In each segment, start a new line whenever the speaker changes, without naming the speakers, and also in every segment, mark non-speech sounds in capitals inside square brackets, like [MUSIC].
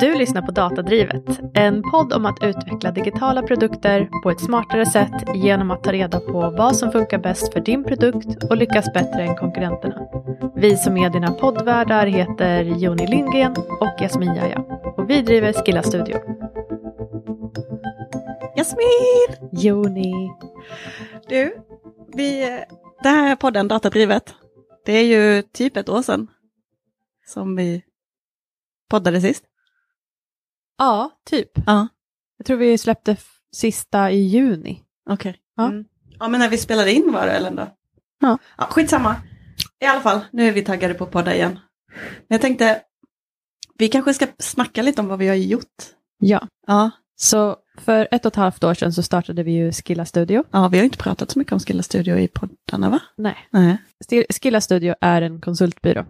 Du lyssnar på Datadrivet, en podd om att utveckla digitala produkter på ett smartare sätt genom att ta reda på vad som funkar bäst för din produkt och lyckas bättre än konkurrenterna. Vi som är dina poddvärdar heter Joni Lindgren och Jasmin Jaja och vi driver Skilla Studio.
Jasmin!
Joni,
Du, vi, det här är podden Datadrivet. Det är ju typ ett år sedan som vi poddade sist.
ja typ.
Ja,
Jag tror vi släppte sista i juni.
okej.
Ja.
Mm. Ja, men när vi spelade in var det väl ändå?
Ja.
ja. Skitsamma. I alla fall, nu är vi taggade på att podda igen. Men jag tänkte, vi kanske ska snacka lite om vad vi har gjort.
Ja,
Ja,
så för ett och ett halvt år sedan så startade vi ju Skilla Studio.
ja vi har ju inte pratat så mycket om Skilla Studio i poddarna, va?
Nej.
Nej.
Sti- Skilla Studio är en konsultbyrå.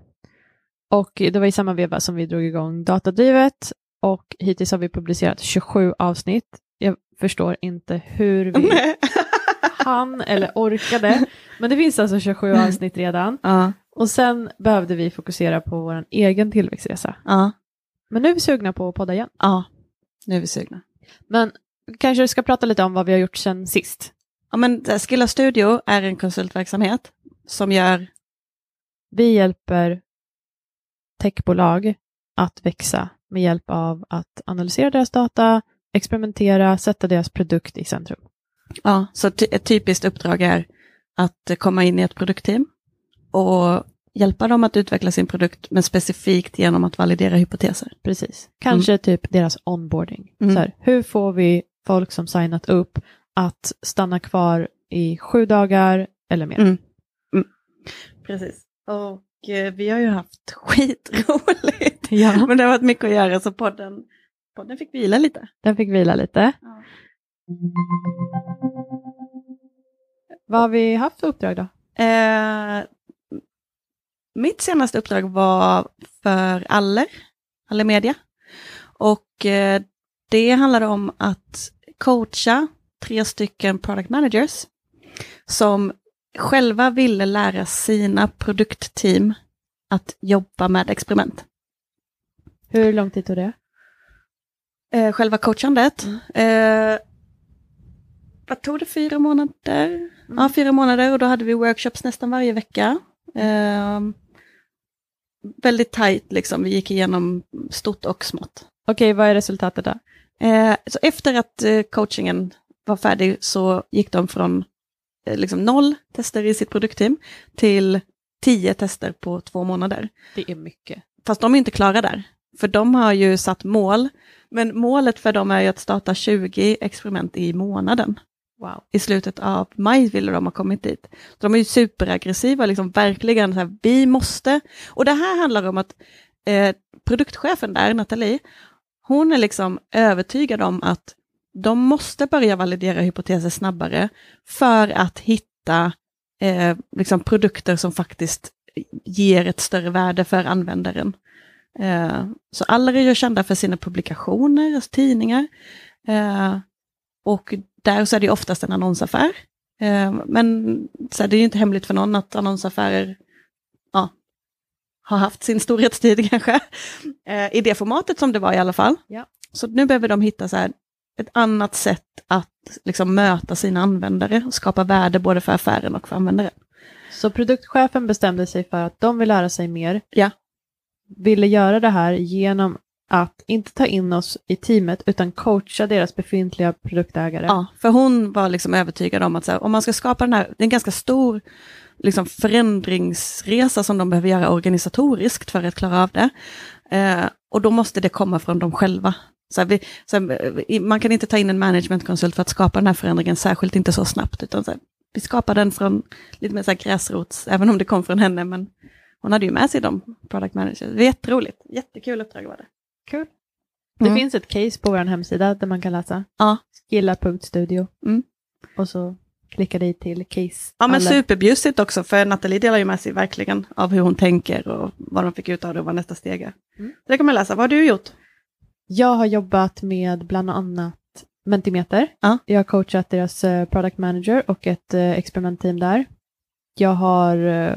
Och det var i samma veva som vi drog igång Datadrivet och hittills har vi publicerat 27 avsnitt. Jag förstår inte hur vi
Nej.
hann eller orkade, men det finns alltså 27 avsnitt redan.
[LAUGHS] ja,
Och sen behövde vi fokusera på vår egen tillväxtresa.
ja,
Men nu är vi sugna på att podda igen.
ja. Nu är vi sugna.
Men kanske du ska prata lite om vad vi har gjort sen sist.
Ja, men eh, Skilla Studio är en konsultverksamhet som gör,
Vi hjälper techbolag att växa med hjälp av att analysera deras data, experimentera, sätta deras produkt i centrum.
ja, så ty- ett typiskt uppdrag är att eh, komma in i ett produktteam och hjälpa dem att utveckla sin produkt, men specifikt genom att validera hypoteser.
Precis. Kanske typ deras onboarding.
Mm.
Så här, hur får vi folk som signat upp att stanna kvar i sju dagar eller mer?
[LAUGHS] Mm. Precis. Och eh, vi har ju haft [LAUGHS] skitroligt,
Ja.
men det har varit mycket att göra, så podden, podden fick vila lite.
[LAUGHS] Den fick vila lite.
Ja.
Vad har vi haft för uppdrag då?
Eh, mitt senaste uppdrag var för Aller, Aller Media. Och eh, det handlade om att coacha tre stycken product managers som själva ville lära sina produktteam att jobba med experiment.
Hur lång tid tog det?
Eh, själva coachandet. Eh, vad tog det, fyra månader? Ja, fyra månader och då hade vi workshops nästan varje vecka. Ehm, väldigt tajt liksom, vi gick igenom stort och smått.
Okej, vad är resultatet då?
Eh, så efter att eh, coachingen var färdig så gick de från eh, liksom noll tester i sitt produktteam till tio tester på två månader.
Det är mycket.
Fast de är inte klara där, för de har ju satt mål. Men målet för dem är ju att starta 20 experiment i månaden
Wow.
i slutet av maj ville de ha kommit dit. Så de är ju superaggressiva, liksom verkligen så här, vi måste. Och det här handlar om att eh, produktchefen där, Nathalie, hon är liksom övertygad om att de måste börja validera hypoteser snabbare för att hitta eh, liksom produkter som faktiskt ger ett större värde för användaren. Eh, så alla är ju kända för sina publikationer, alltså tidningar. Eh, och där så är det ju oftast en annonsaffär. Eh, Men så här, det är ju inte hemligt för någon att annonsaffärer ja, har haft sin storhetstid [LAUGHS] kanske. Eh, I det formatet som det var i alla fall.
Ja.
Så nu behöver de hitta så här, ett annat sätt att liksom, möta sina användare och skapa värde både för affären och för användaren.
Så produktchefen bestämde sig för att de vill lära sig mer.
Ja.
Ville göra det här genom att inte ta in oss i teamet utan coacha deras befintliga produktägare.
Ja, för hon var liksom övertygad om att så här, om man ska skapa den här, det är en ganska stor liksom, förändringsresa som de behöver göra organisatoriskt för att klara av det. Eh, och då måste det komma från dem själva. Så här, vi, så här, i- man kan inte ta in en managementkonsult för att skapa den här förändringen, särskilt inte så snabbt, utan så här, vi skapar den från lite mer så här gräsrots, även om det kom från henne, men hon hade ju med sig de product managers. Det var jätteroligt, jättekul uppdrag var det.
Kul. Det
Mm.
finns ett case på vår hemsida där man kan läsa.
Ja.
Skilla.studio.
Mm.
Och så klicka dig till case.
Ja men
Alla-
superbjussigt också, för Nathalie delar ju med sig verkligen av hur hon tänker och vad de fick ut av det och vad nästa steg är.
Mm.
Det kan man läsa. Vad har
[LAUGHS]
du gjort?
Jag har jobbat med bland annat Mentimeter.
Ja.
Jag har coachat deras eh, product manager och ett eh, experimentteam där. Jag har, eh,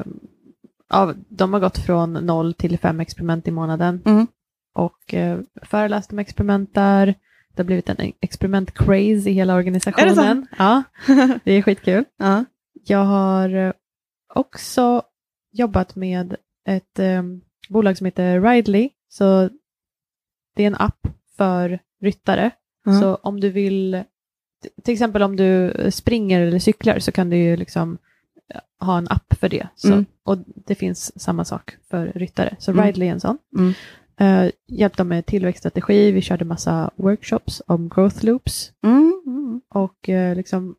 ja, de har gått från noll till fem experiment i månaden.
Mm.
och eh, föreläst om experiment där. Det har blivit en experiment-craze i hela organisationen.
så?
Ja, det är skitkul.
ja.
Jag har eh, också jobbat med ett eh, bolag som heter Ridely. Så det är en app för ryttare.
Ja.
Så om du vill, t- till exempel om du springer eller cyklar så kan du ju liksom eh, ha en app för det. Så,
Mm.
Och det finns samma sak för ryttare. Så
Mm.
Ridely är en sån.
Mm.
Eh, hjälpte dem med tillväxtstrategi, vi körde massa workshops om growth loops
Mm, mm,
och eh, liksom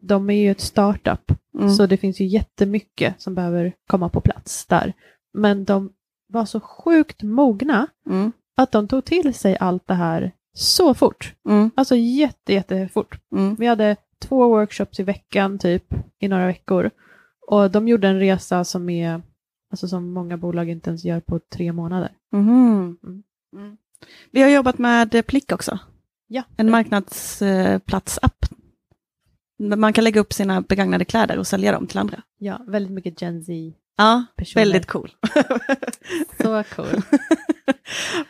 de är ju ett startup
mm.
så det finns ju jättemycket som behöver komma på plats där. Men de var så sjukt mogna
Mm,
att de tog till sig allt det här så fort.
mm,
Alltså jätte, jättefort.
mm.
Vi hade två workshops i veckan typ i några veckor. Och de gjorde en resa som är, alltså som många bolag inte ens gör på tre månader.
Mhm.
Mm.
Mm. Vi har jobbat med eh, Plick också.
Ja.
En marknadsplatsapp. Man kan lägga upp sina begagnade kläder och sälja dem till andra.
Ja, väldigt mycket Gen Z-personer.
Ja, väldigt cool.
[LAUGHS] Så [LAUGHS] cool.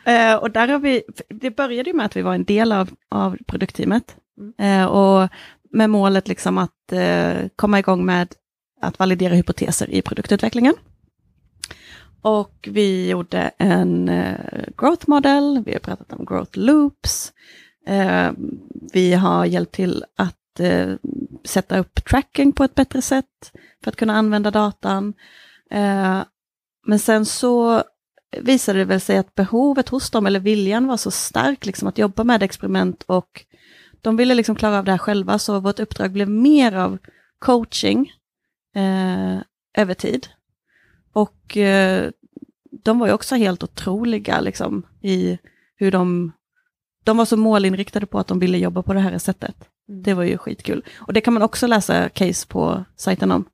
Eh, och där har vi, det började ju med att vi var en del av, av produktteamet.
Mm.
Eh, och med målet liksom att eh, komma igång med att validera hypoteser i produktutvecklingen. Och vi gjorde en eh, growth model, vi har pratat om growth loops. Eh, vi har hjälpt till att eh, sätta upp tracking på ett bättre sätt för att kunna använda datan. Eh, men sen så visade det väl sig att behovet hos dem, eller viljan var så stark liksom, att jobba med experiment och de ville liksom klara av det här själva, så vårt uppdrag blev mer av coaching eh, över tid. Och eh, de var ju också helt otroliga liksom, i hur de... De var så målinriktade på att de ville jobba på det här sättet.
Mm.
Det var ju skitkul. Och det kan man också läsa case på sajten om.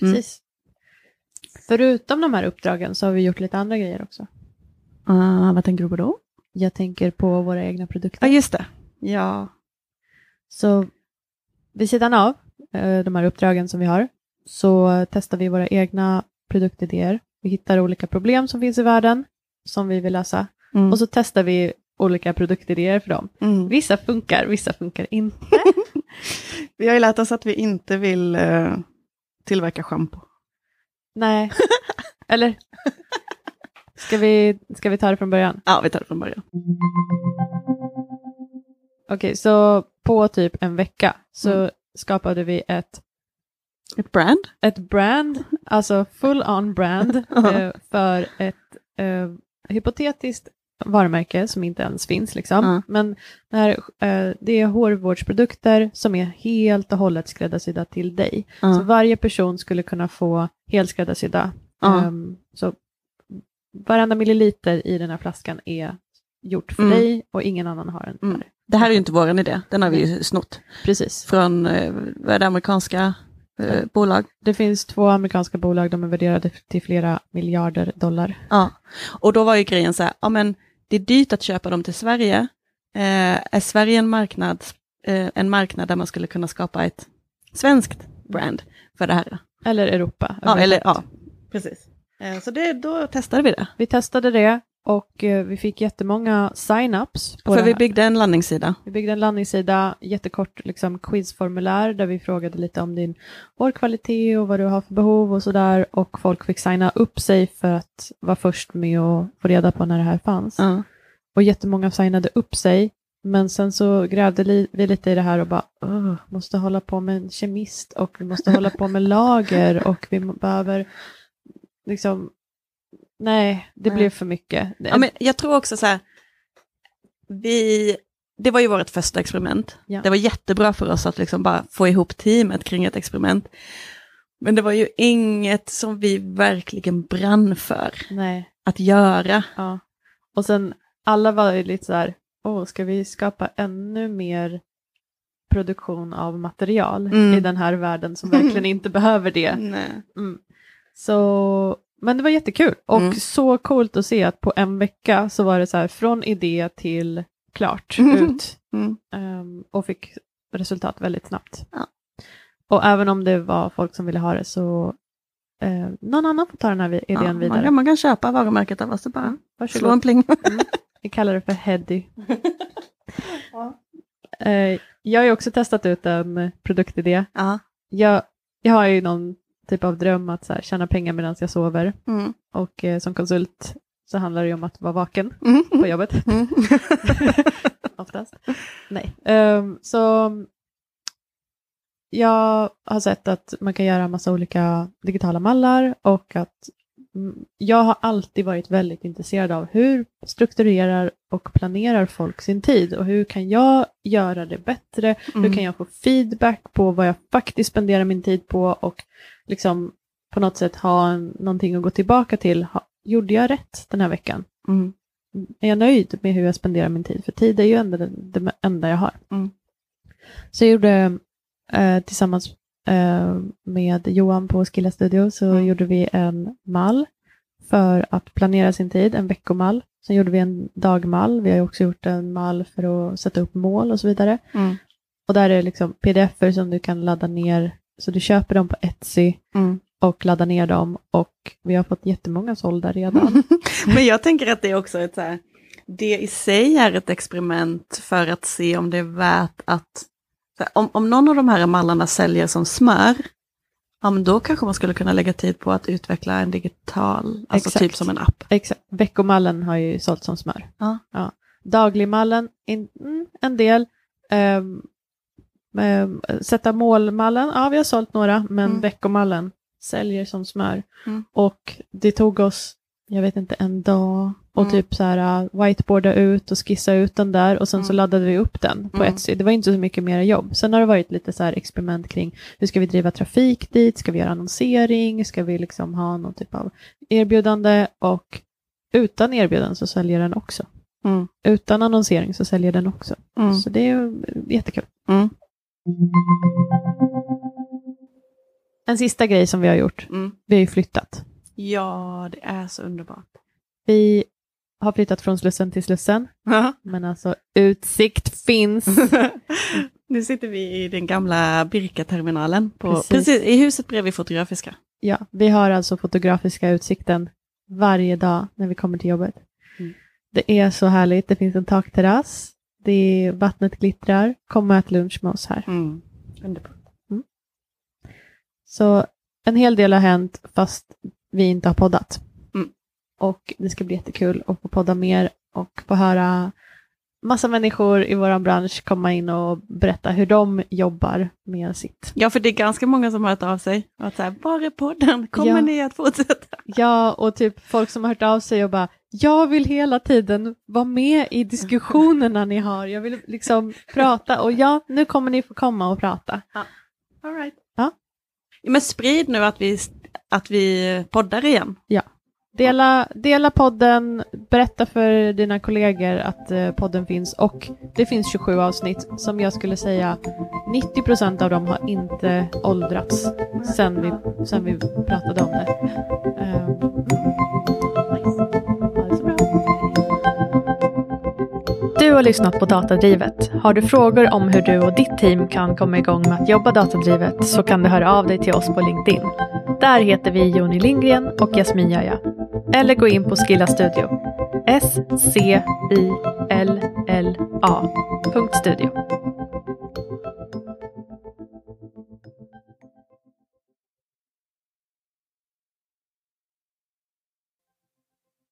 Precis. Förutom de här uppdragen så har vi gjort lite andra grejer också.
Ah, vad tänker du på då?
Jag tänker på våra egna produkter.
Ja, just det. Ja.
Så vid sidan av eh, de här uppdragen som vi har så testar vi våra egna produktidéer. Vi hittar olika problem som finns i världen som vi vill lösa
Mm.
och så testar vi olika produktidéer för dem.
Mm.
Vissa funkar, vissa funkar inte.
Vi har ju lärt oss att vi inte vill eh, tillverka schampo.
Nej, eller? Ska vi, ska vi ta det från början?
Ja, vi tar det från början.
Okej, så på typ en vecka så skapade vi ett
Ett brand.
ett brand, alltså full on
[LAUGHS]
brand, eh, för ett eh, hypotetiskt varumärke som inte ens finns. Liksom.
Ja.
Men det, här, eh, det är hårvårdsprodukter som är helt och hållet skräddarsydda till dig.
Ja.
Så varje person skulle kunna få helt skräddarsydda.
Ja.
Ehm, så varenda milliliter i den här flaskan är gjort för
Mm.
dig och ingen annan har den.
Mm.
där.
Det här är ju inte vår idé, den har vi ju snott
Precis.
från eh, vad är det, amerikanska eh, bolag.
Det finns två amerikanska bolag, de är värderade till flera miljarder dollar.
Ja. Och då var ju grejen så här, ja men det är dyrt att köpa dem till Sverige. Eh, är Sverige en marknad, eh, en marknad där man skulle kunna skapa ett svenskt brand för det här?
Eller Europa.
Ja, eller, ja. Precis. Eh, så det, då testade vi det.
Vi testade det och eh, vi fick jättemånga sign-ups. på det
För vi
här.
byggde en landningssida.
vi byggde en landningssida, jättekort liksom, quizformulär där vi frågade lite om din hårkvalitet och vad du har för behov och sådär. Och folk fick signa upp sig för att vara först med att få reda på när det här fanns.
Ja.
Och jättemånga signade upp sig. Men sen så grävde li- vi lite i det här och bara, "Åh, måste hålla på med en kemist och vi måste hålla på med lager och vi må- behöver liksom, nej, det
Nej.
blev för mycket.
Ja, men jag tror också så här, vi, det var ju vårt första experiment.
Ja.
Det var jättebra för oss att liksom bara få ihop teamet kring ett experiment. Men det var ju inget som vi verkligen brann för
nej,
att göra.
ja. Och sen alla var ju lite så här, åh, ska vi skapa ännu mer produktion av material
Mm.
i den här världen som verkligen
[LAUGHS]
inte behöver det?
Nej.
Mm. Så, men det var jättekul och
Mm.
så coolt att se att på en vecka så var det så här från idé till klart
Mm.
ut
Mm.
ehm, och fick resultat väldigt snabbt.
Ja.
Och även om det var folk som ville ha det så eh, någon annan får ta den här vi- idén
Ja, man,
vidare.
kan, man kan köpa varumärket av oss och bara slå en
Varsågod.
pling.
Vi kallar det för Heddy. Eh, jag har ju också testat ut en eh, produktidé.
Ja.
Jag, jag har ju någon typ av dröm att så här, tjäna pengar medan jag sover.
Mm.
Och eh, som konsult så handlar det ju om att vara vaken [LAUGHS]
Mm.
på jobbet.
Mm.
oftast. Nej. Ehm, så jag har sett att man kan göra massa olika digitala mallar och att mm, jag har alltid varit väldigt intresserad av hur strukturerar och planerar folk sin tid och hur kan jag göra det bättre? Hur
Mm.
kan jag få feedback på vad jag faktiskt spenderar min tid på och liksom på något sätt ha en, någonting att gå tillbaka till. Ha, gjorde jag rätt den här veckan?
Mm.
är jag nöjd med hur jag spenderar min tid? För tid är ju ändå det, det enda jag har.
Mm.
Så jag gjorde eh, tillsammans eh, med Johan på Skilla Studio så
Mm.
gjorde vi en mall för att planera sin tid, en veckomall. Sen gjorde vi en dagmall. Vi har ju också gjort en mall för att sätta upp mål och så vidare.
Mm.
Och där är det liksom pdf-er som du kan ladda ner. Så du köper dem på Etsy
Mm.
och laddar ner dem och vi har fått jättemånga sålda redan.
[LAUGHS] Men jag tänker att det är också ett så här, det i sig är ett experiment för att se om det är värt att, så här, om, om någon av de här mallarna säljer som smör, ja men då kanske man skulle kunna lägga tid på att utveckla en digital, alltså
Exakt.
typ som en app.
Exakt. Veckomallen har ju sålt som smör.
Ja.
Dagligmallen, in, mm, en del. Ehm, ehm, sätta målmallen, ja vi har sålt några, men
Mm.
veckomallen säljer som smör.
Mm.
Och det tog oss, jag vet inte, en dag och
Mm.
typ så här äh, whiteboarda ut och skissa ut den där och sen så
Mm.
laddade vi upp den på
Mm.
Etsy. Det var inte så mycket mer jobb. Sen har det varit lite så här experiment kring hur ska vi driva trafik dit, ska vi göra annonsering, ska vi liksom ha någon typ av erbjudande och utan erbjudande så säljer den också.
Mm.
Utan annonsering så säljer den också.
Mm.
Så det är ju jättekul.
Mm.
En sista grej som vi har gjort,
Mm.
vi har ju flyttat.
Ja, det är så underbart.
Vi har flyttat från Slussen till Slussen, men alltså utsikt finns.
[LAUGHS] nu sitter vi i den gamla Birka-terminalen, på,
Precis.
precis. i huset bredvid Fotografiska.
Ja, vi har alltså fotografiska utsikten varje dag när vi kommer till jobbet.
Mm.
Det är så härligt. Det finns en takterrass. Det är, vattnet glittrar. Kom och ät lunch med oss här.
Mm. Underbart.
Så en hel del har hänt fast vi inte har poddat.
Mm.
Och det ska bli jättekul att få podda mer och få höra massa människor i vår bransch komma in och berätta hur de jobbar med sitt.
Ja, för det är ganska många som har hört av sig. Och att så här, var är podden? Kommer
Ja.
ni att fortsätta?
Ja, och typ folk som har hört av sig och bara, jag vill hela tiden vara med i diskussionerna ni har, jag vill liksom prata och ja, nu kommer ni få komma och prata.
All right.
Ja.
Men sprid nu att vi, att vi poddar igen.
Dela, dela podden, berätta för dina kollegor att eh, podden finns och det finns 27 avsnitt som jag skulle säga 90% av dem har inte åldrats sen vi, sen vi pratade om det. Eh, ha det så bra. Du har lyssnat på Datadrivet. Har du frågor om hur du och ditt team kan komma igång med att jobba datadrivet så kan du höra av dig till oss på LinkedIn. Där heter vi Joni Lindgren och Jasmin Jaja. Eller gå in på Skilla Studio. S-C-I-L-L-A. punkt Studio.